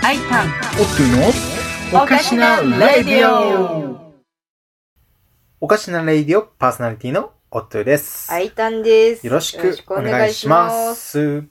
ハイタンおっといのおかしなレイディオおかしなレイディオパーソナリティのおっといです。アイタンです。よろしくお願いしま。す。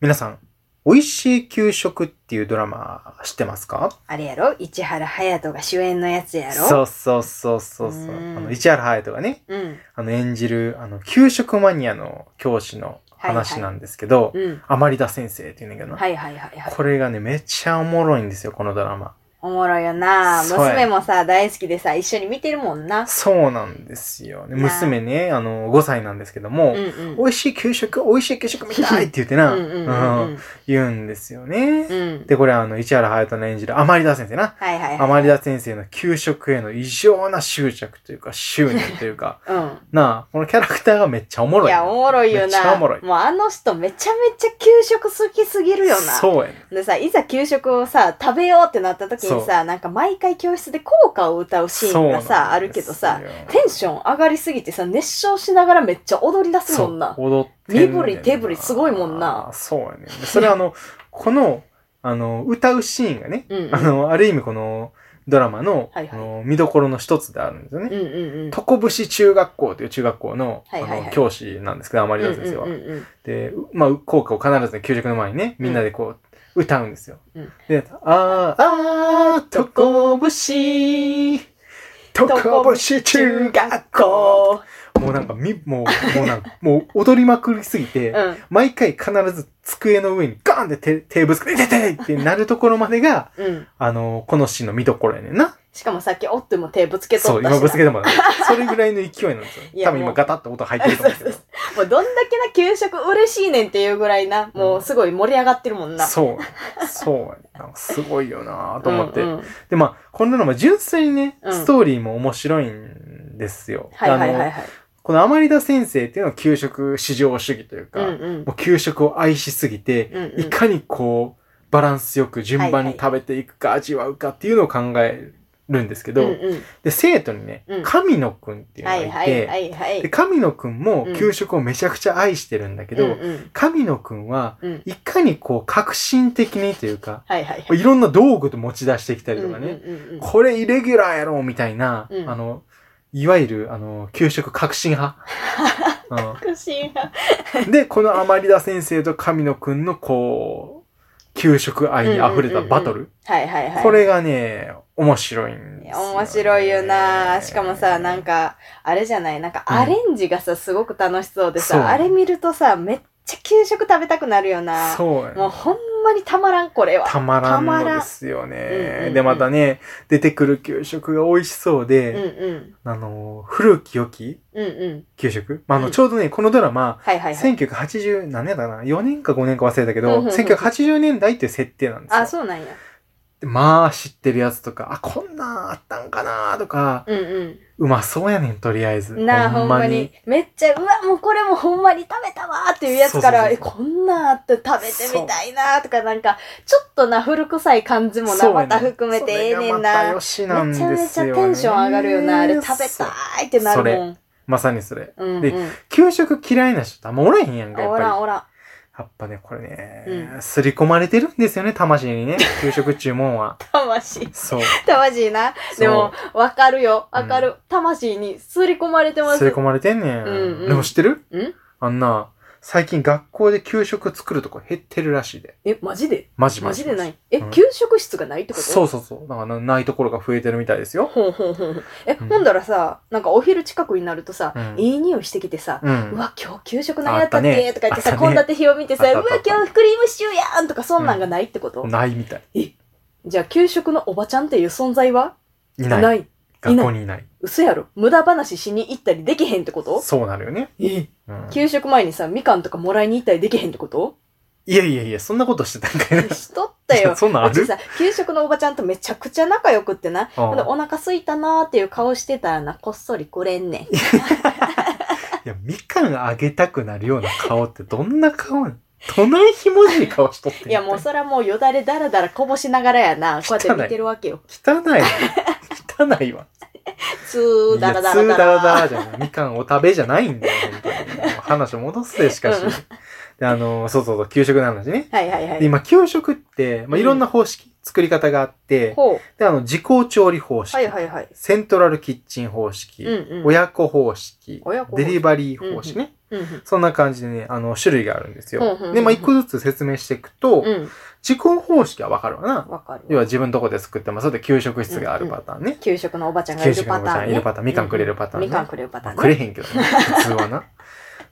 皆さん、美味しい給食っていうドラマ知ってますかあれやろ市原隼人が主演のやつやろ。そううそうそうそうそう。うんあの、市原隼人がね、うん。あの、演じる、あの、給食マニアの教師の話なんですけど、うん。アマリダ先生っていうんだけどな、はいはいはいはい。これがね、めっちゃおもろいんですよ、このドラマ。おもろいよなそうや娘もさ、大好きでさ、一緒に見てるもんな。そうなんですよ。ねな娘ね、あの、5歳なんですけども、うんうん。美味しい給食、美味しい給食みたいって言ってうな、んうんうんうん言うんですよね。うん。うん。で、これあの、市原隼人の演じるアマリダ先生な。はいはいアはマリダ先生の給食への異常な執着というか、執念という か、い。うん。なあ、このキャラクターがめっちゃおもろい。いや、おもろいよな。めっちゃおもろいもうあの人めちゃめちゃ給食好きすぎるよな。そうやね。でさ、いざ給食をさ、食べようってなった時にさ、なんか毎回教室で効果を歌うシーンがさ、あるけどさ、テンション上がりすぎてさ、熱唱しながらめっちゃ踊り出すもんな。そう踊ってんねんな身振り手振りすごいもんなそうやね。それあの、この、あの、歌うシーンがね、うんうんあの、ある意味このドラマの、はいはいあの見どころの一つであるんですよね。うんうんうん。床節中学校という中学校の,、はいはいはいあの教師なんですけど、アマリダ先生は。うんうんうんで、うまあ、効果を必ずね給食の前にね、みんなでこう、歌うんですよ。うんで、あー、あー、とこぶし、とこぶし中学校。もうなんか、み、もう、もう なんか、もう踊りまくりすぎて、うん毎回必ず机の上にガーンって手手ぶつけて、てててってなるところまでが、うん。あの、このシーンの見どころやねんな。しかもさっきおっても手ぶつけそとう、った今しぶなつけてもらう。それぐらいの勢いなんですよい。や多分今もうガタッと音入ってると思うけ そうもうどんだけな給食嬉しいねんっていうぐらいな、もうすごい盛り上がってるもんど。な。そう。そうやねん。なんかすごいよなと思って。うんうんで、まあ、こんなのも純粋にね、うんストーリーも面白いんですよ。はいはいはいあの、はい。このアマリダ先生っていうのは給食至上主義というか、うんうん。もう給食を愛しすぎて、うんうんいかにこう、バランスよく順番に食べていくか、味わうかっていうのを考えるんですけど、うんうんで、生徒にね、うん神野くんっていうのはがいいて、はいはいはい。で神野くんもうん給食をめちゃくちゃ愛してるんだけど、うんうん神野くんはうんいかにこう革新的にというか、はいはいはい。いろんな道具と持ち出してきたりとかね、うんうんうんうんこれイレギュラーやろみたいな、うんあの、いわゆる、あの、給食革新 派。うん確信がで、このアマリダ先生と神野くんの、こう、給食愛に溢れたバトル。はいはいはい。これがね、面白いんいですやよ、面白いよなしかもさ、なんか、か、あれじゃない、なんかうんアレンジがさ、すごく楽しそうでそうさ、あれ見るとさ、めっちゃ給食食べたくなるよなそうやねもうほんまにたまらん、これは。たまらんのですようんうんうね。んで、またね、出てくる給食が美味しそううんで、うん。あの、古き良きうんうん。給食、まあ、あの、うんちょうどね、このドラマ、はいはいはい。 1980何年だな ?4 年か5年か忘れたけうんうど、んうん1980年代っていう設定なんですよ。あ、そうなんや。でまあ知ってるやつとか、あ、こんなんあったんかなとか、うんうまそうやねん、とりあえず。うん。なあ、ほんまに。。めっちゃ、うわ、もうこれもほんまに食べたわーっていうやつから、そうえ、そうこんなんあって食べてみたいなーとか、なんか、ちょっとな、古臭い感じもな、そうやねまた含めてええねんそれがまたなよ。しなんめですちよ、ゃね。めちゃテンション上がるよな、あれ食べたそういってなるもん。まさにそれ。うんうんで給食嫌いな人ってあんまおらへんやんか、やっおぱり。らんやおらん。っぱね、これね、う刷り込まれてるんですよね、魂に ね。給食注文は。魂。そう。 魂な。でも、わかるよ。わかる。魂に刷り込まれてま刷す。り込まれてんねん。うんうんでも知ってるんあんな、最近学校で給食作るとこ減ってるらしいで。え、マジでマジママジ。ジでないいえ、うん給食室がないってこと。そううそうそう。だからないところが増えてるみたいですよ。ほんほんほんほん。え、うんほんだらさ、なんかお昼近くになるとさ、うんいい匂いしてきてさ、うんうわ、今日給食何やったっあったねけとか言ってあさ、ったね献立表を見てあっさ、たうあっわたあっ、た今日クリームシチューやんとか、そんなんがないってことないみたい。じゃあ、給食のおばちゃんっていう存在はいない。ない。学校にいない。嘘やろ無駄話しに行ったりできへんってことそうなるよね。えうん給食前にさ、みかんとかもらいに行ったりできへんってこといやいやいや、そんなことしてたんかいな。。しとったよそん なんあうちるさ、給食のおばちゃんとめちゃくちゃ仲良くってな。うんほんでお腹空いたなーっていう顔してたらな、こっそりくれんねん。いや、みかんあげたくなるような顔ってどんな顔なのどないひもじい顔しとってんいやもうそらもうよだれだらだらこぼしながらや な。こうやって見てるわけよ。汚い。汚いわ。つーだらだらいやだつーだら。らだらじゃない。みかんお食べじゃないんだよ、本当に。もう話戻すでしかし。うんで、あの、そうそうそう、給食の話ね。はいはいはでい。今、給食って、まあ、いろんな方式、作り方があって、ほう。で、あの、自己調理方式、はいはいはい。セントラルキッチン方式、うんうん。親子方式、親子。デリバリー方式ね。うんうん。そんな感じでね、あの、種類があるんですよ。うんうんうんうんで、まあ、一個ずつ説明していくと、うん。自己方式はわかるわな。わかる。要は自分のとこで作ってます。それで給食室があるパターンね。給食のおばちゃんがいるパターン、ね。給食のおばちゃんいるパターンみかんくれるパターンねうんみかんくれるパタまーあン、ね。くれへんけどね。普通はな。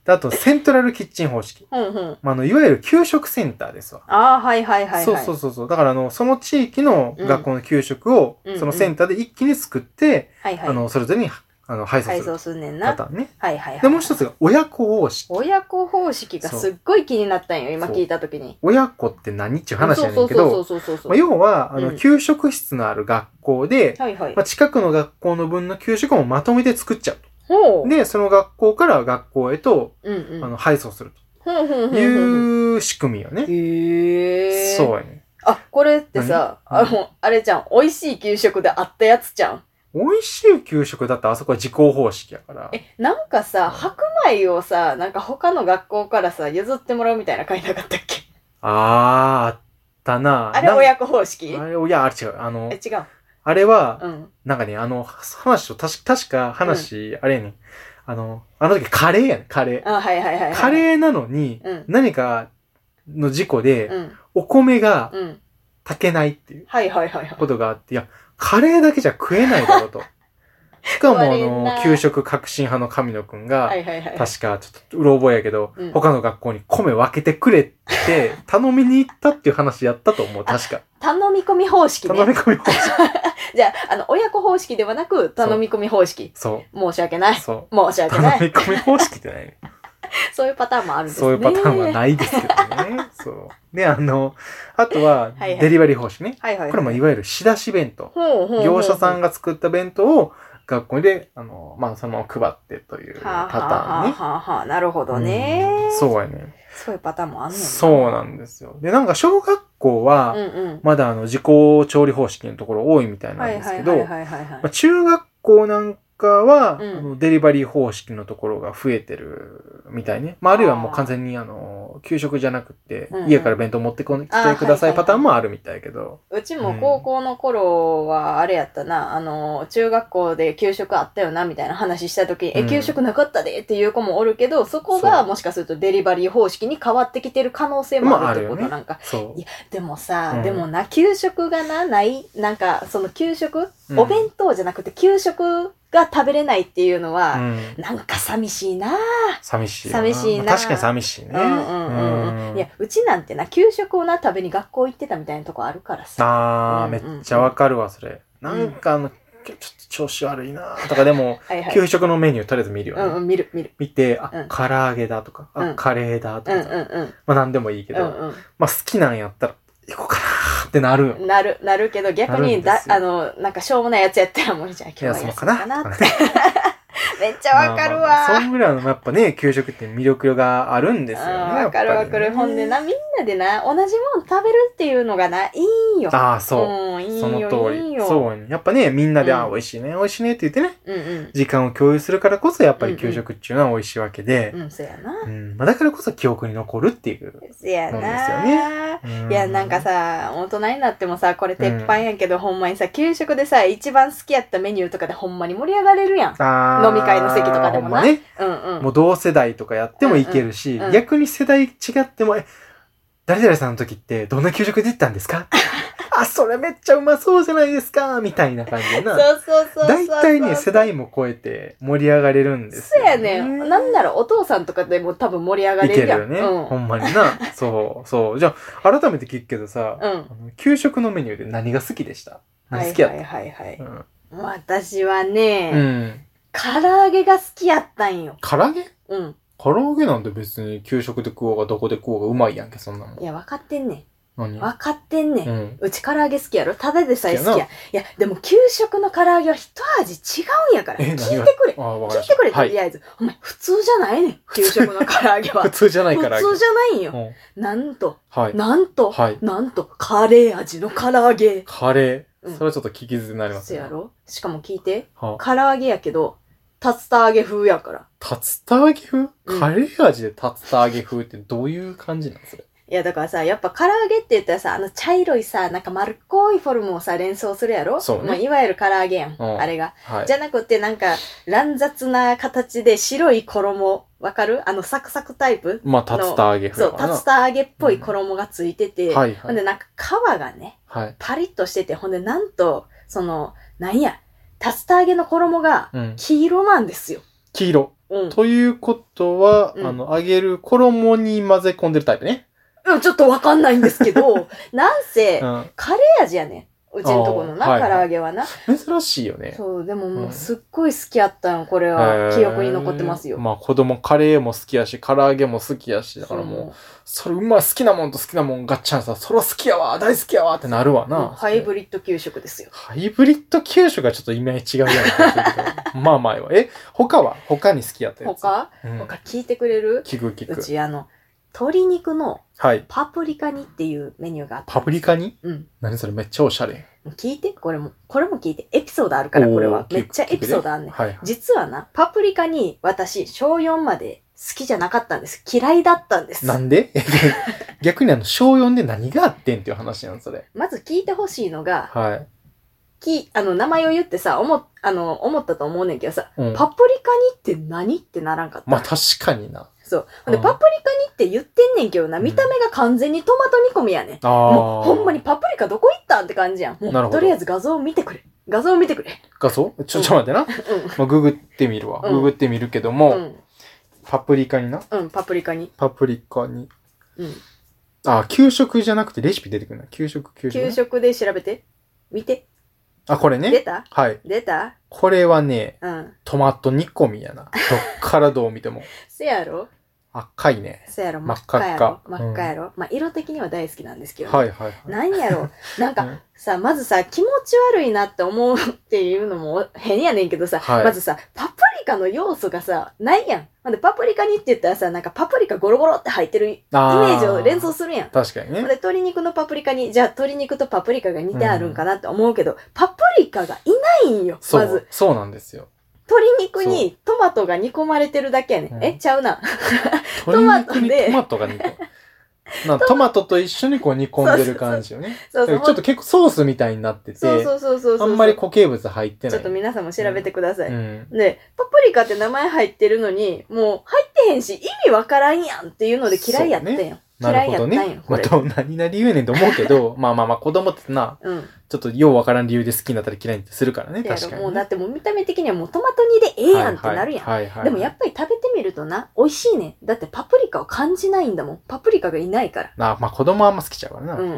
であと、セントラルキッチン方式。うんうん。まあ、あの、いわゆる給食センターですわ。ああ、はいはいはい、はい。そうそうそうそう。だから、あの、その地域の学校の給食をう、んそのセンターで一気に作って、はいはい。あの、それぞれに、あの、配送改する造すんねんパな。ターンね。はいはい、はい。で、もう一つが、親子方式。親子方式がすっごい気になったんよ、今そう聞いたときに。親子って何っていう話やねんけそどう、そうそうそうそうそう。まあ、要は、あうの、ん給食室のある学校で、はいはいまあ、。近くの学校の分の給食もまとめて作っちゃうと。ほう。で、その学校から学校へと、うんあうん。の、配送するほうほうほうとほういう仕組みよほう。ね。へえ。そう。やね。あ、これってさ、あ何の、あれじゃん、美味しい給食であったやつじゃん。美味しい給食だったらあそこは自校方式やから。え、なんかさ、白米をさ、なんか他の学校からさ、譲ってもらうみたいな会なかったっけあー、あったなあれなん親子方式あれ親、あれ違う。あのえ、、違う。あれはう、ん。なんかね、あの、話と、たし確か話、あれやね。あの、あの時カレーやね、カレー。あ、はいはいはいはい。カーレーなのに、うん。何かの事故で、うん。お米がうん。炊けないっていうはいはいはいはい。ことがあって、いや、カレーだけじゃ食えないだろ うと。しかも、あ食われんのな、給食革新派の神野くんがは、いはいはい。確か、ちょっと、うろ覚えやけど、うん他の学校に米分けてくれ って、頼みに行ったっていう話やったと思う、確か。頼み込み方式ね。頼み込み方式。じゃあ、あの、親子方式ではなく、頼み込み方式。そ申し訳な う、い。申そう。し訳頼ない。み込み方式ってないね。そういうパターンもあるんですね。そういうパターンはないですけどね。そう。で、あの、あとは、はいはいデリバリー方式ね。はいはい。これもいわゆる仕出し弁当。ほうほうほう業者さんが作った弁当を学校で、あの、まあ、そのまま配ってというはあパタはーンあね。はあはあ、なるほどね。うんそうやね。そういうパターンもあんねんな。そうなんですよ。で、なんか小学校うは、んうん。まだあの、自己調理方式のところ多いみたいなはんいではすけいど、はいまはいはいはいあ。中学校なんかは、うんあのデリバリー方式のところが増えてるみたいね。まあ、あるいはもう完全にあの、給食じゃなくてうんう、ん家から弁当持ってこん来あはてくださいはいはいいパターンもあるみたいやけど。うちも高校の頃は、あれやったな、あの、中学校で給食あったよな、みたいな話した時に、うんえ、給食なかったでっていう子もおるけど、そこそがうもしかするとデリバリー方式に変わってきてる可能性もあるってこまああるとよねなんか。そうい。や、でもさ、うんでもな、給食がな、ない、なんか、その給食、うんお弁当じゃなくて給食が食べれないっていうのは、うんなんか寂しいな、寂しいよ。寂しいなまあ確かに寂しいね。うんうんうんう。うんいや、うちなんてな、給食をな、食べに学校行ってたみたいなとこあるからさ。あー、うんうんめっちゃわかるわ、それ。なんかあの、ちょっと調子悪いなーとか、でも、 はいはい。給食のメニューとりあえず見るよね。うんうん、見る見る。見て、あ、うん唐揚げだとか、あ、うんカレーだとうんか、うんうん。まあ何でもいいけうど、んうん。まあ好きなんやったら、行こうかなーってなるよ。なる、なるけど、逆になるんだで、すよあの、なんかしょうもないやつやったらもう、じゃあ今日は休休もむうかかななって。とかねめっちゃわかる まあまあまあそわ。んぐらいの、やっぱね、給食って魅力があるんですよね。うんわかるわかる。ほんでな、みんなでな、同じもん食べるっていうのがな、いいんよ。ああー、そう。うん、いいそのよ、通いいり。よ。そうね。やっぱね、みんなで、うんあ、美味しいね、美味しいねって言ってね、う。うん時間を共有するからこそ、やっぱり給食っていうのは美味しいわけでう、ん。うん、そや な。うんまあ、だからこそ記憶に残るっていう。そやそうですよな。いや、なんか、さ、大人になってもさ、これ鉄板やけど、ほんまにさ、給食でさ、一番好きやったメニューとかでほんまに盛り上がれるやん。あー飲み会の席とかでもなほんまね、うんうん。もう同世代とかやってもいけるし、うんうんうん逆に世代違っても、え、誰々さんの時ってどんな給食出てたんです かあ、それめっちゃうまそうじゃないですかみたいな感じでそな。うそうそうそうそう。大体ね、世代も超えて盛り上がれるんですそうよ、やねん。なんならお父さんとかでも多分盛り上がいれけるるやん。よね、うん。ほんまにな。そう、そう。じゃあ、改めて聞くけどさ、うんあの給食のメニューで何が好きでした何好きやった、はいはいはいはい。うん私はね、うん。唐揚げが好きやったんよ。唐揚げうん。唐揚げなんて別に給食で食おうがどこで食おうがうまいやんけ、そんなもんい。や、分かってんね何ん。分かってんねん。う。うんち唐揚げ好きやろただでさえ好きや。好きいやや、でも給食の唐揚げは一味違うんやから。え聞い何がてくれ。ああ、わか聞りまいしたてくれ、はとりい。あえず。お前、普通じゃないねん。給食の唐揚げは。 普普通じゃないから。通じゃないんうよ。んなんと、はい。なんと、はい。なんと、カレー味の唐揚げ。カレうんー。それはちょっと聞き捨てになりますそうね。やろしかも聞いて。はあ唐揚げやけど、竜田揚げ風やから。竜田揚げ風うんカレー味で竜田揚げ風ってどういう感じなんそれ。いや、だからさ、やっぱ唐揚げって言ったらさ、あの茶色いさ、なんか丸っこいフォルムをさ、連想するやろそうねまあいわゆる唐揚げやん、うんあれが。はいじゃなくて、なんか、乱雑な形で白い衣、わかるあのサクサクタイプまあ竜田揚げ風そう、やからな竜田揚げっぽい衣がついてて、はいほはんでいなんか皮がね、はいパリッとしてて、ほんでなんと、その、なんや、竜田揚げの衣がうん黄色なんですよ。黄色うん。ということは、うんあの揚げる衣に混ぜ込んでるタイプね、うんちょっとわかんないんですけ ど、なんせ、うん、カレー味やねん。うちのとこのな、あーはいはい唐揚げはな。珍しいよねそう、でももううんすっごい好きやったの、これへは。ー記憶に残ってますよ。まあ子供カレーも好きやし、唐揚げも好きやし、だからもう、それうまい好きなもんと好きなもんガッチャンさ、それ好きやわ、大好きやわってなるわそうもうな。ハイブリッド給食ですよ。ハイブリッド給食がちょっと意味合い違うやんか っていうけどまあ前は。え、他は他に好きやったやつ。他うん、他聞いてくれる聞く聞うく。ちあの、鶏肉のはい。パプリカ煮っていうメニューがあって。パプリカにうん。何それめっちゃおしゃれ。もう聞いて、これも、これも聞いて。エピソードあるから、これおは。ーめっちゃエピソードあんねん。はい。実はな、パプリカに私、小4まで好きじゃなかったんです。嫌いだったんです。なんで 逆にあの、小4で何があってんっていう話やん、それ。まず聞いてほしいのが、はい。き、あの、名前を言ってさ、思っ、あの、思ったと思うねんけどさ、うん。パプリカ煮って何ってならんかった。まあ確かにな。そう。ほんで、うんパプリカ煮って言ってんねんけどな、うん見た目が完全にトマト煮込みやねん。あもあ。う、ほんまに。パプリカどこ行ったんって感じやん。もなう、るほどとりあえず画像を見てくれ。画像を見てくれ。画像ちょ、ちょ待ってな。うまあ、ググってみるわ。うんググってみるけども、ん。うん。パプリカにな。うん、パプリカ煮。パプリカに。うん。あ、給食じゃなくてレシピ出てくるな。給食、給食ね、給食で調べて。見て。あ、これ出ね。たはい。出たこれはね、うん。トマト煮込みやな。どっからどう見ても。せやろ赤いね。せやろ真真っっ赤赤やっろか真っ赤やろ、まあ、色的には大好きなんですけど。はいはいはい。なんやろなんか、うんさ、まずさ、気持ち悪いなって思うっていうのも変やねんけどさ、はいまずさ、パプリカの要素がさ、ないやん。なんでパプリカにって言ったらさ、なんかパプリカゴロゴロって入ってるイメあーージを連想するやん。確かにほんね。で、鶏肉のパプリカに、じゃあ鶏肉とパプリカが似てあるんかなって思うけど、パプリカがいないんよ、そまうず。、そうなんですよ。鶏肉にトマトが煮込まれてるだけやねん。うんえ、ちゃうな。ト鶏マト肉でにトマトが煮込む。なトマトと一緒にこう煮込んでる感じよね。そうそうだからちょっと結構ソースみたいになってて、そうそうそうそうそう。あんまり固形物入ってちなょい。っと皆さんも調べてください。うん。で、パプリカって名前入ってるのに、もう入ってへんし、意味わからんやんっていうので嫌いやったんよ。そうな嫌るいやったほどんよ、ね。こまあ、れ。どんなにな理由やねんと思うけど、 まあまあまあ、子供ってな、うん。ちょっとようわからん理由で好きになったり嫌いになったりするからね、せやろ確かにね。もうだってもう見た目的にはもうトマト煮でええやんってなるやん。はいはいはいはいでもやっぱり食べてみるとな、美味しいねん。だってパプリカを感じないんだもん。パプリカがいないから。あまあ子供はあんま好きちゃうからな。うんうんうん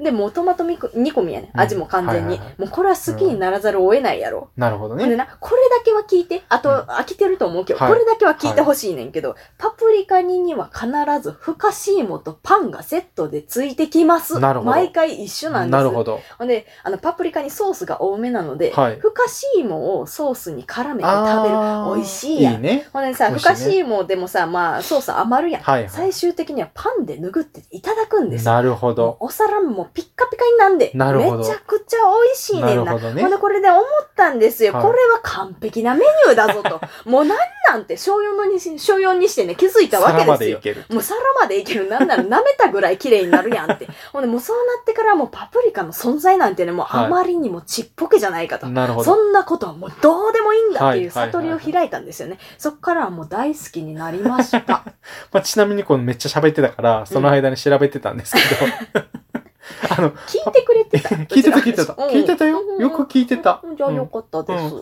んで、もうトマトみこ煮込みやねん。味も完全うんはにいはいは。もうこれは好きにならざるを得ないやろ。なるほどほんでね。な、これだけは聞いて。あと、うん飽きてると思うけど、はいこれだけは聞いてほしいねんけど、パプリカ煮には必ず、ふかし芋とパンがセットでついてきます。なるほど毎回一緒なんです。なるほど。ど。ほんで、あの、パプリカにソースが多めなので、はいふかし芋をソースに絡めて食あーべる。美味しいやん。いいね。ほんでさ、美ふ味しいねかし芋でもさ、まあ、ソース余るやん。はいはい最終的にはパンで拭っていただくんですよ。なるほど。お皿もピッカピカになんで、なるほどめちゃくちゃ美味しいねんなるなほどねほん。でこれで思ったんですよ。はいこれは完璧なメニューだぞ と。もうなんなんて、小4のにし、小4にしてね、気づいたわ皿まけですでよ。いける。もう皿までいける。なんなら舐めたぐらい綺麗になるやんって。 ほんで、もうそうなってからもうパプリカの存在なんてね、もうはいあまりにもちっぽけじゃないかと。なるほそど。んなことはもうどうでもいいんだっていうはいはい悟りを開いたんですよね。そっからはもう大好きになりま した。まあ、ちなみにこのめっちゃ喋ってたから、その間に調べてたんですけ ど。 あの、聞いてくれてた。 聞いてた聞いてた。聞いてたよ。よく聞いてた。うんじゃあよかったです。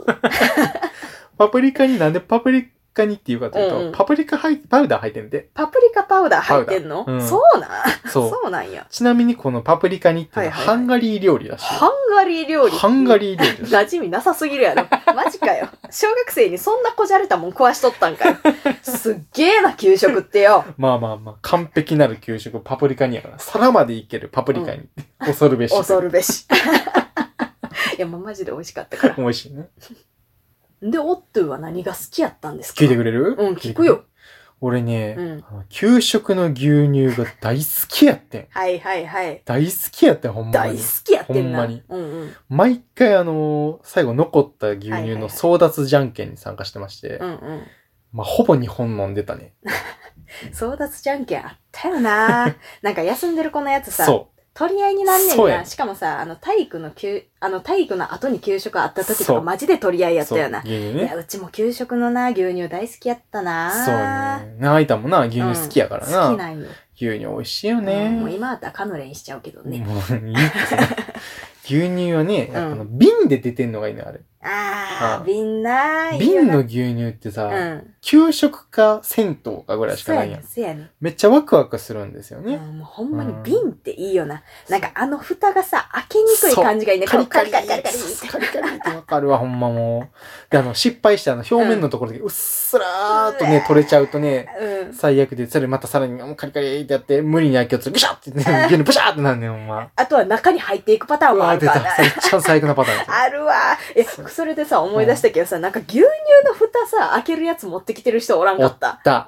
パプリカになんでパプリカにっていうかというと、うんうんパプリカ入パウダー入ってんで。パプリカパウダー入ってんの、パウダーうんそうなんそう。そうなんや。ちなみにこのパプリカにっていうのははいはいはハいンガリー料理らしい。ハンガリー料理。ハンガリー料理らしい。馴染みなさすぎるや ろ。マジかよ。小学生にそんなこじゃれたもん食わしとったんかよ。すっげえな、給食ってよ。 まあまあまあ、完璧なる給食、パプリカにやから、皿までいけるパプリカに、恐るべし。恐るべし。 いや、もうマジで美味しかったから。美味しいね。で、オットゥは何が好きやったんですか聞いてくれるうん、聞くよ。。俺ね、うんあの給食の牛乳が大好きやってん。はいはいはい。大好きやってん、ほんま大に好。きやってんな。ほんまにうんうん。毎回あのー最後残った牛はいは乳いはいの争奪じゃんけんに参加してまして、うんうん。まあ、ほぼ日本飲んでたね。争奪じゃんけんあったよ ななんか休んでる子のやつさ、そ取り合いになんねんそうやな。しかもさ、あの、体育の休、あの、体育の後に給食あった時とそかう。マジで取り合いうやったよな。そう牛乳いねや、。うちも給食のな、牛乳大好きやったな。そうやね。なあいたもな、牛乳好きやからな。好きなんよ。牛乳美味しいようんもうね。今だったらカヌレにしちゃうけどもういね。いってさ牛乳はね、うんあの瓶で出てんのがいいのよあれ。あああ、瓶なーいいよ瓶なの牛乳ってさ、うん。給食か銭湯かぐらいしかないやん。そうやね。めっちゃワクワクするんですよそうやね。ねうんもうほんまにうん瓶っていいよな。なんかあの蓋がさ、開けにくい感じがいいね。カリカリカリカリカリって。カリカリってわかるわ、ほんまもう。で、あの、失敗して、あの、表面のところで、うっすらーっとうねわ、ー取れちゃうとね、うん。最悪で、それまたさらに、うんカリカリってやって、無理に開けようとする。ブシ ャってね、牛乳ブシャってなんねん、ほんま。あとは中に入っていくパターンうもあわー、る出かた。らな。それ一番最悪なパターンですよ。 あるわ。え、それでさ、思い出したけどさ、なんか牛乳の蓋さ、開けるやつ持ってきてる人おらんかおっ。ったた。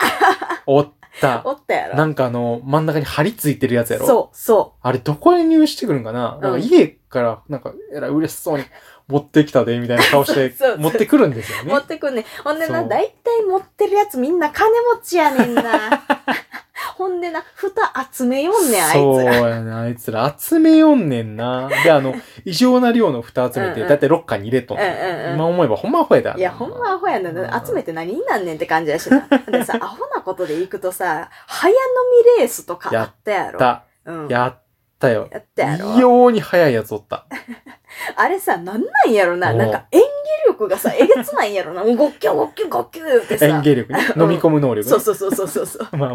おった。おったやろ。なんかあの、真ん中に針ついてるやつやろ。そう、そあれ、どこで入手してくるんかな,、なんか家から、なんか、えらい嬉しそうに、持ってきたで、みたいな顔して そうそう、持ってくるんですよう。ね持。ってくんねん。ほんでな、そうだいたい持ってるやつみんな金持ちやね んな。ほんでな、蓋集めよんねん、あいそうつら。やね、あいつら集めよんねんな。で、あの、異常な量の蓋集めうんて、うんだいたいロッカーに入れとんねん、うんうんうん今思えばほんまアホやだ。いや、ほんまアホやねん。集めて。て何になんねんって感じやしな。で さ、アホなことで行くとさ、早飲みレースとかあったやろ。だ、うん。やったよ。やったやろ。異様に早いやつおった。あれさ、なんなんやろな。うんなんか演技力がさ、えげつないんやろな。もうゴッキョゴッキョゴッキョってさ。演芸力ね。うん飲み込む能力ね。そうそうそうそうそうそう。まあまあ。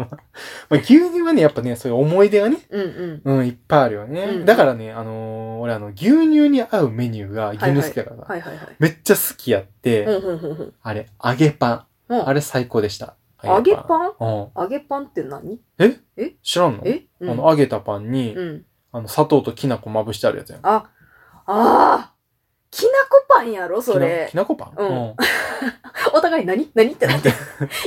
まあ、牛乳はね、やっぱね、そういう思い出がね、うんうん。うん、いっぱいあるよね。うんだからね、あのー俺あの、牛乳に合うメニューが牛乳好きだからさ、はいはいはい。めっちゃ好きやって、うんうんうんうん。あれ、揚げパうン。あんれ最高でした。揚げパンンうん。揚げパンって何知らんのえうんあの、揚げたパンに、うん。あの、砂糖ときな粉まぶしてあるやつやん。あ、ああーきなこパンやろそれき。な粉パンうんうん。お互い何何ってなって。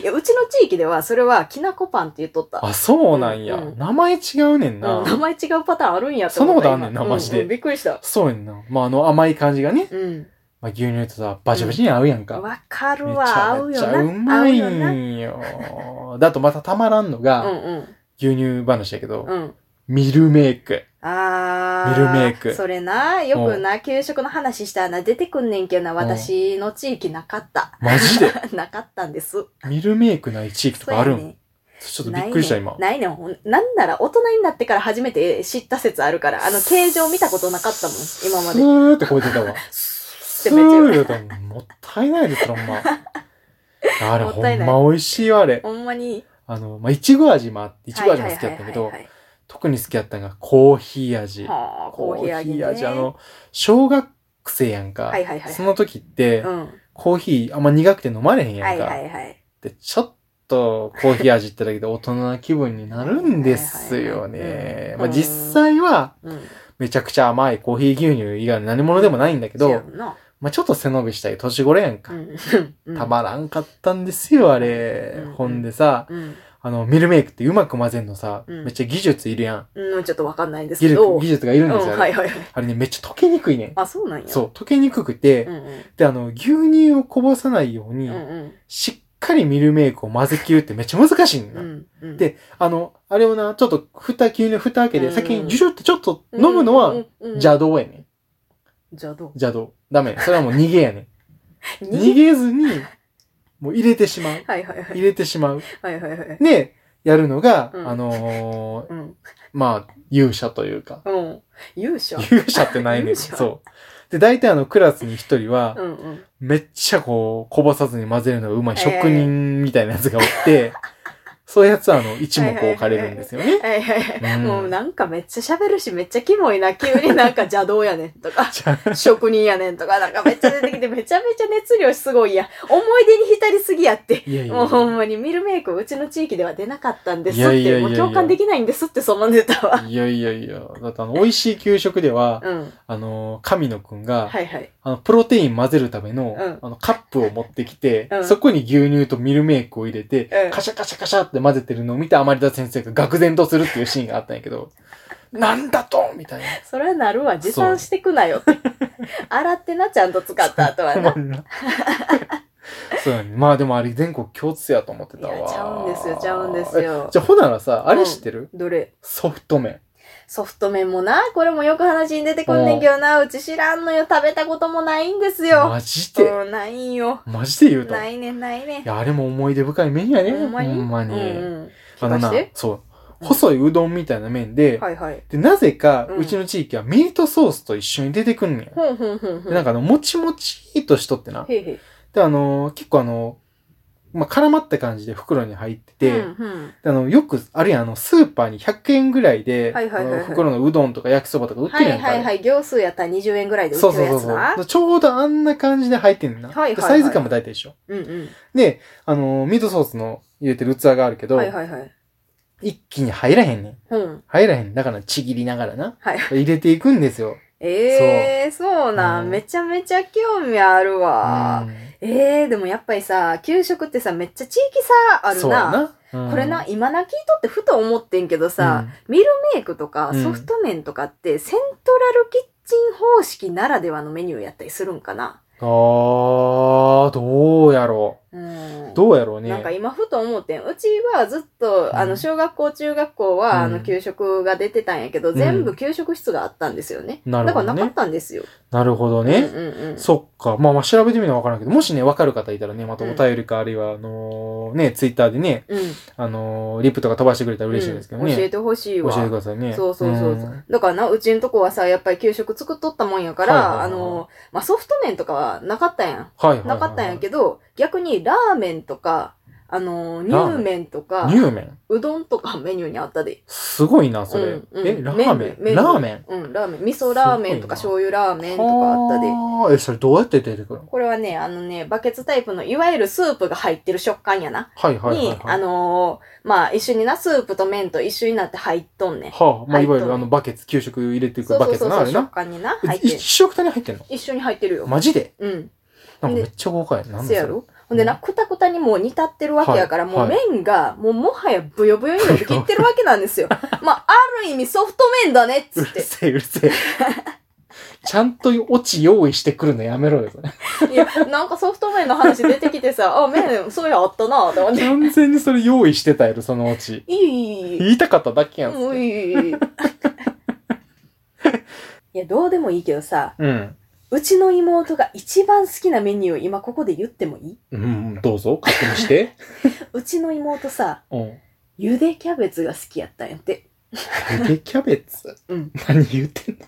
いや、うちの地域ではそれはきなこパンって言っとった。あ、そうなんや。うん名前違うねんうな。ん名前違うパターンあるんやと思った。そんなことあんねんな今マジでうんうんびっくりした。そうやんな。まあ、あの甘い感じがね。うん。まあ、牛乳とさ、バチバチに合うやんか。わかるめちわ。ゃ合うめよちな。ゃうまい合うよな。んよ。だとまたたまらんのが、うんうん。牛乳話やけど、うん。ミルメイク。あー。ミルメイクそれな、よくな、給食の話したらな、出てくんねんけどな、私の地域なかった。 マジでなかったんです。ミルメイクない地域とかあそるん、うやねちょっとびっくりした、今。ないねん。ほんなんなら、大人になってから初めて知った説あるから、あの、形状見たことなかったもん、今まスで。ーって超えてたわ。ススーってめっちゃーって言うたらもったいないですほんま。あれもっほたいないんま美味しいわ、あれ。ほんまに。あの、まあ、いちご味もあって、いちご味も好きやったけはどいは、い特に好きやったのがコーヒー味はいはい。はあ、コーヒーあげね。あの、小学生やんか。はいはいはいその時って、うん。コーヒーあんま苦くて飲まれへんやはんいか。はいはい。で、ちょっとコーヒー味ってだけで大人な気分になるんですはよいはいはいはいね。うんまあ、実際は、うん。めちゃくちゃ甘いコーヒー牛乳以外の何物でもないんだけそど、やんな。まあ、ちょっと背伸びしたい年頃やんか。うん。たまらんかったんですよ、あれ。うんほんでさ、うん。あの、ミルメイクってうまく混ぜんのさ、うんめっちゃ技術いるやん。うん、ちょっとわかんないんですけ技術ど。技術がいるんですうよ、ん、あれ。はいはいはい。あれね、めっちゃ溶けにくいねん。あ、そうなんや。そう、溶けにくくて、うんうん。で、あの、牛乳をこぼさないように、うんうん。しっかりミルメイクを混ぜきるってめっちゃ難しいんだ。うんうん。であの、あれをな、ちょっと、蓋、牛乳蓋開けうて、ん先にジュジュってちょっとうん、飲むのはうん、うんうん、邪道やねん。じゃあど邪道。ダメ。それはもう逃げやねうん。逃げずに、もう入れてしまう。はいはいは入い。れてしまう。はいはいはい。で、やるのが、うんあのーうん。まあ、勇者というか。うん。勇者。勇者ってないねん。勇者そう。で、大体あの、クラスに一人はう、んうん。めっちゃこう、こぼさずに混ぜるのがうまいええ職人みたいなやつがお って、そういうやつはあの、一目置かれるんですよね。 はいはいはうい。ん。もうなんかめっちゃ喋るし、めっちゃキモいな。急になんか邪道やねんとか じゃあ職人やねんとか、なんかめっちゃ出てきて、めちゃめちゃ熱量すごいやん。思い出に浸りすぎやって。いやいやいもうや。ほんまにミルメイクうちの地域では出なかったんですっいやいやいやて、いもやう共感できないんですって、そのネタは。いやいやいや。だってあの、美味しい給食では、うん。あの、神野くんが、はいはい。あの、プロテイン混ぜるための、うんあの、カップを持ってきて、うんそこに牛乳とミルメイクを入れて、うんカシャカシャカシャって混ぜてるのを見て、甘利田先生が愕然とするっていうシーンがあったんやけど、なんだとみたいな。それはなるわ。持参してくなよって。洗ってな、ちゃんと使った後はほんまな。にな そうやねまあでもあれ全国共通やと思っていたわや、ちゃうんですよ、ちゃうんですよえ。じゃあほならさあれ知ってる、どれソフト麺ソフト麺もな、これもよく話に出てこんねんけどな、うち知らんのよ、食べたこともないんですよ。マジで、うん、ないんよ。マジで言うとないねん、ないねんい。やあれも思い出深い麺やねほんまにに、うんうん。あのな聞かしてそう細いうどんみたいな麺で、はいはい。でなぜか、うんうちの地域はミートソースと一緒に出てくんねん。ふんふんふんふでなん。んかあの、もちもちっとしとってな。へいへい。で、あのー結構あのーまあ、絡まった感じで袋に入ってて、うんうんであの、よく、あるいはあの、スーパーに100円ぐらいで、はいはいはいはいあの袋のうどんとか焼きそばとか売ってはるやいんか。はいはい。行数やったら20円ぐらいで売そうってそるうそやつうそう。な。でちょうどあんな感じで入ってんねんな。はいはいはいでサイズ感も大体一緒。うんうん。で、あのーミートソースの入れてる器があるけど、はいはいはい。一気に入らへんねん。うん。入らへん。だから、ちぎりながらな。はい。入れていくんですよ。ええー、そうなうんん。めちゃめちゃ興味あるわ。うんええー、でもやっぱりさ、給食ってさ、めっちゃ地域差あるそうやな。な。うんこれな、、今な聞いとってふと思ってんけどさ、ミルメイクとかうんソフト麺とかってセントラルキッチン方式ならではのメニューやったりするんかなうんあー、どうやろうんう。。どうやろうね。なんか今ふと思ってん。うちはずっと、あうの、ん小学校、中学校は、あうの、ん給食が出てたんやけど、ん全部給食室があったんですよね。なるだほかどねらなかったんですよ。なるほどうんね。うんうん。そっか。まあまあ調べてみればわからんけど、もしね、わかる方いたらね、またお便りか、あるいは、あのーね、ツイッターでね、うん。あのーリップとか飛ばしてくれたら嬉しいですけどうん教えね。てほしい教わ。えてくださいね。そうそうそうそううんだからな、うちのとこはさ、やっぱり給食作っとったもんやかはいら、はいはあいの、まあ、ソフト麺とかはなかったやん。はいはいはい。なかったんやけど、逆にラーメンとか、あの、ラーメ乳麺ンとか、乳麺うどんとかメニューにあったで。すごいな、それ。うんうんえ、ラーメン麺ラーメンうん、ラーメン。味噌ラーメンとかすご醤油ラーメンとかあったで。あーえ、それどうやって出てくるのこれはね、あのね、バケツタイプの、いわゆるスープが入ってる食感やな。はいはいはいに、はあい。のーまあ、一緒にな、スープと麺と一緒になって入っとんねん。はあ、まあ、はいいわゆとるあの、バケツ、給食入れていそくうバそケうそツうな、あれそう、食な。感にな、え入っ一てる。食単に入ってんの一緒に入ってるよ。マジでうん。なんかめっちゃ豪快。なんせやだそれ。ろほんでな、くたくたにもう煮立ってるわけやから、はいもう麺が、もうもはやブヨブヨになってきってるわけなん ですよ。まあ、ある意味ソフト麺だねっつうっる て。せえ、うるせえ。ちゃんとオチ用意してくるのやめろよ、それ。いや、なんかソフト麺の話出てきてさ、あ、麺、そうや、あったなぁ、と思って。完全にそれ用意してたやろ、そのオチ。いい、いい、いい。言いたかっただけやん。もそうれいい。いや、どうでもいいけどさ、うん。うちの妹が一番好きなメニューを今ここで言ってもいいうん、どうぞ、確 認して。うちの妹さ、うん。ゆでキャベツが好きやったんやって。ゆでキャベツうん。何言ってんの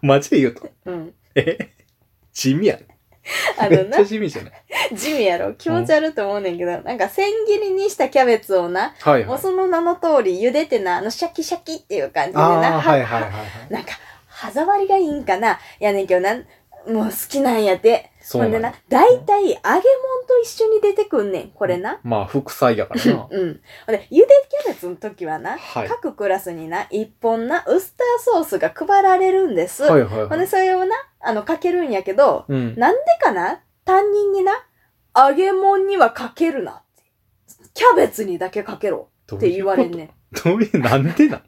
マジで言うと。うん。え地味やね。あめのっちなゃ、地味じゃない。地味やろ気持ち悪いと思うねんけど、なんか千切りにしたキャベツをな、はいもはうい。その名の通り茹でてな、あのシャキシャキっていう感じであな、あ、ははいはいはいはい。なんか歯触りがいいんかなやねんけどな、もう好きなんやて。そうほんなでんやな、大体揚げ物と一緒に出てくんねん、これな。まあ、副菜やからな。うん。ほんで、茹でキャベツの時はな、はい。各クラスにな、一本な、ウスターソースが配られるんです。はいはいほんはで、い。それをな、あの、かけるんやけど、うん。なんでかな担任にな、揚げ物にはかけるなって。キャベツにだけかけろどっうてい言うこわとれんねん。どういう、なんでなん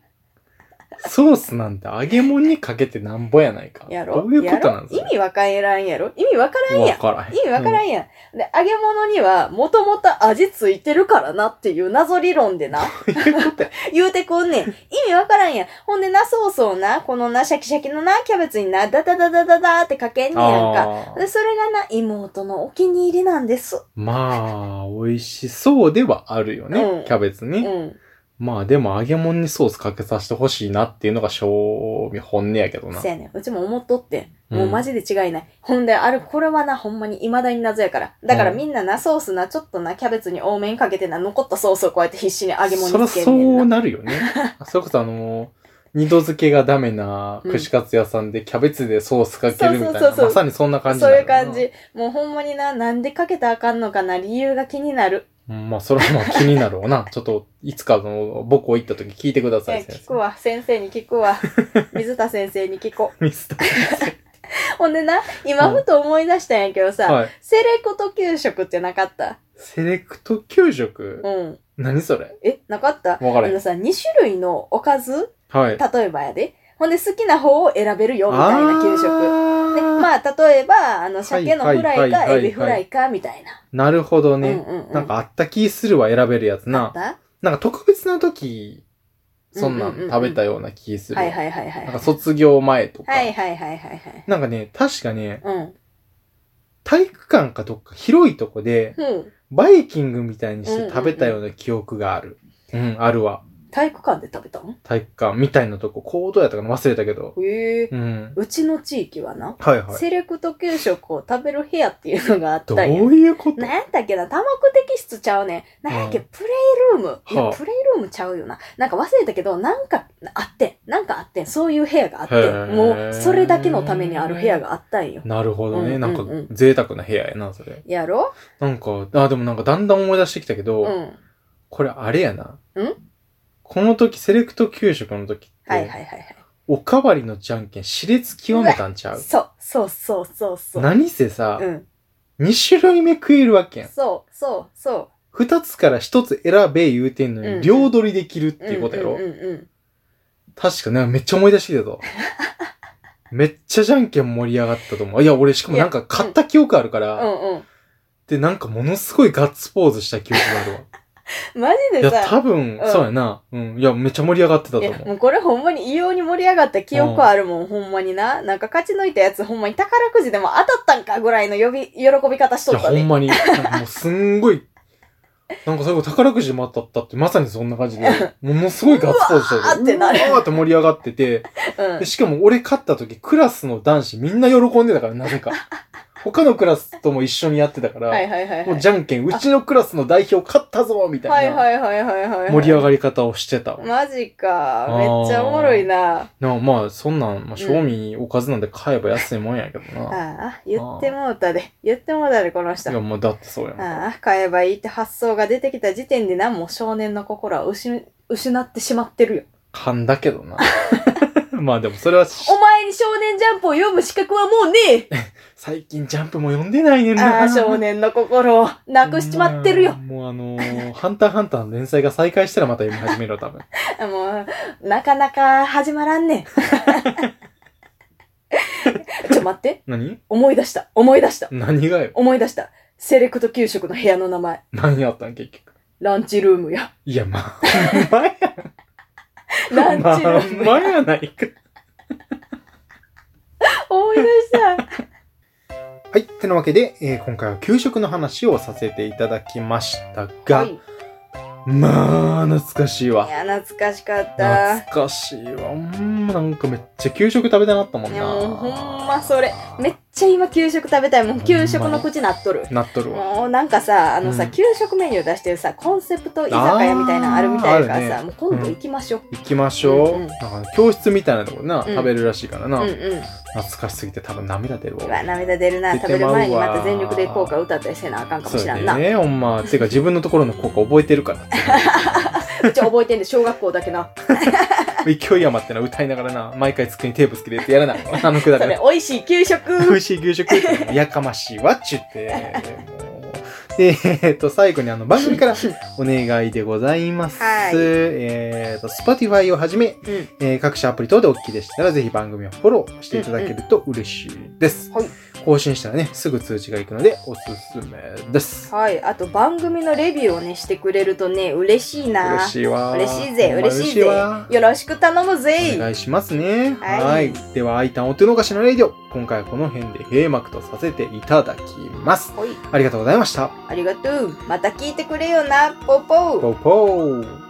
ソースなんて揚げ物にかけてなんぼやないか。やろどういうことなんやろです意味わからんやろ意味わからんやん。からへん。意味わからうんんやん。で、揚げ物にはもともと味ついてるからなっていう謎理論でな、どういうことや 言うてくんねん。意味わからんやん。ほんでな、ソースをな、このな、シャキシャキのな、キャベツにな、ダダダダダダーってかけんねんやんか。あーで、それがな、妹のお気に入りなんです。まあ、美味しそうではあるよね。うんキャベツうね。ん。まあ、でも揚げ物にソースかけさせてほしいなっていうのが正味本音やけどなそ。やねん。うちも思っとってん。もううんマジで違いない。ほんで、あれ、これはな、ほんまに未だに謎やから。だからうんみんなな、ソースな、ちょっとな、キャベツに多めにかけてな、残ったソースをこうやって必死に揚げそ物らにつけんねんそなう。なる よね。それこそあのー、二度漬けがダメな串カツ屋さんでキャベツでソースかけるみそたいうな。そうそうそうまさにそんな感じそだうよいなう感。じ。もうほんまにな、なんでかけたらあかんのかな、理由が気になる。うんまあ、それはまあ気になるわな。 ちょっと、いつかあの母校行った時聞いてくださえい、先聞く生。わ。先生に聞く わ。水田先生に聞こミスタう。ほんでな、今うんふと思い出したんやけどさ、ー。はい。セレコト給食ってなかったセレクト給食、うん。何それえ、なかったわかあらへんのさ、2種類のおかずはい。例えばやで。ほんで好きな方を選べるよ、みたいな給食。でまあ、例えば、あの、鮭のフライはいはいはいか、はいエビフライか、みたいな。なるほどうんうね。んうん。なんかあった気するわ、選べるやあつっな。た、なんか特別な時、そんなうんうんうんうんん食べたような気するはわ。いはいはいはい。なんか卒業前とか。はいはいはいはいはい。なんかね、確かね、うん。体育館かどっか広いとこで、うん。バイキングみたいにして食べたような記憶がある。うんあるわ。体育館で食べたん体育館みたいなとこ、行動やったかな忘れたけど。へえ。うん。うちの地域はな、はいはい。セレクト給食を食べる部屋っていうのがあっどたんや。ういうことなんだっけな、多目的室ちゃうねん。なんやっけ、うんプレイルーム。いやはあプレイルームちゃうよな。なんか忘れたけど、なんかあってん。なんかあってん。そういう部屋があっへてん。ーもう、それだけのためにある部屋があったんよ。なるほどね。うんなんかうん贅沢な部屋やな、それ。やろなんか、あ、でもなんかだんだん思い出してきたけうど、ん。はいこれあれやな。んこの時、セレクト給食の時って、はいはいはい。おかわりのじゃんけん、熾烈極めたんちゃうそう、そうそうそうそう。何せさう、ん。二2種類目食えるわけやん。そう、そう、そう。 2つから1つ選べ言うてんのうんに、両取りできるっていうことやろうんうんうん確かね、めっちゃ思い出してきた ぞ。めっちゃじゃんけん盛り上がったと思う。いや、俺しかもなんか買った記憶あるかうん。うら、んうん。で、なんかものすごいガッツポーズした記憶が あるわ。マジいでや、さ、多分、うんそうやな。うん。いや、めっちゃ盛り上がってたとい思やう。もうこれほんまに異様に盛り上がった記憶あるもん、ほんまにな。なんか勝ち抜いたやつほんまに宝くじでも当たったんかぐらいの呼び、喜び方しといや、ったほんね。まに、なんかもうすんごい、なんか最後宝くじも当たったって、まさにそんな感 じで、ものすごいガッツポーズしたうわーってなるうわーって盛り上がってて、うんで。しかも俺勝った時、クラスの男子みんな喜んでたから、なぜ か。他のクラスとも一緒にやってたから、はいはいはいはい。もうじゃんけん、うちのクラスの代表勝ったぞみたはいいなはいはいはいはいはい。盛り上がり方をしてた。マジかあ。ーめっちゃおもろいな。なあまあ、そんなん、まあ、賞味おかずなんて買えば安いもんやけどあな。あ、言ってもうたで。言ってもうたで、この人。いや、あもうだってそうやん。あ、買えばいいって発想が出てきた時点でな、もう少年の心は失失ってしまってるよ。勘だけどな。 まあでもそれはし、お前に少年ジャンプを読む資格はもうね最近ジャンプも読んでないねんえ な。ああ、少年の心をなくしちまってるよ。もうあのー、ハンターハンターの連載が再開したらまた読み始めろ、多分。もう、なかなか始まらんねん。 ちょ、待って。何思い出した。思い出した。何がよ。思い出した。セレクト給食の部屋の名前。何やったん結局。ランチルームや。いや、まあ、 ほんまや。ランチルまーあ、ほムんまやないか。思い出 した。はい。ってなわけで、えー今回は給食の話をさせていただきましたが、はいいまあ、懐かしいわ。や、懐かしかった。懐かしいわ。うん、なんかめっちゃ給食食べたなったもんいな。や、もうほんまそれ。めっちゃ今給食食べたいもん。給食の口なっとる。なっとるわ。もうなんかさあのさ、うん給食メニュー出してるさコンセプト居酒屋みたいなのあるみたいだからさ、あーあるもう今度行きましょう、行きましょう。うんうんなんか教室みたいなとこな、うん食べるらしいからうな、ん、うんう懐かしすぎて多分涙出るわ。わ涙出るな出て食べる前にまうまわた全力で効果歌ったりせなあかんかもそうしらやんなう,、ね、ほんま。てか自分のところの効果覚えてる から。ちは覚えてんで小学校だけな勢い余ってな、歌いながらな、毎回机にテープつけてってやらない。 あのくだそれり。美味しい給食 美味しい牛食ってやかましいわっちゅって。もうで、えっと、最後にあの番組からお願いでございます。はいえっと、Spotify をはじめ、うんえー各種アプリ等でお聞きでしたら、ぜひ番組をフォローしていただけると嬉しいです。はい更新したらね、すぐ通知がいくので、おすすめです。はいあと番組のレビューをねしてくれるとね嬉しいな嬉しいわ。嬉しいぜほんま嬉しいぜわよろしく頼むお願ぜいしますね。はいはい。では、アイタンお手逃しのレイディオ。今回はこの辺で閉幕とさせていただきます。はいありがとうございました。ありがとうまた聞いてくれよなポポーポーポー。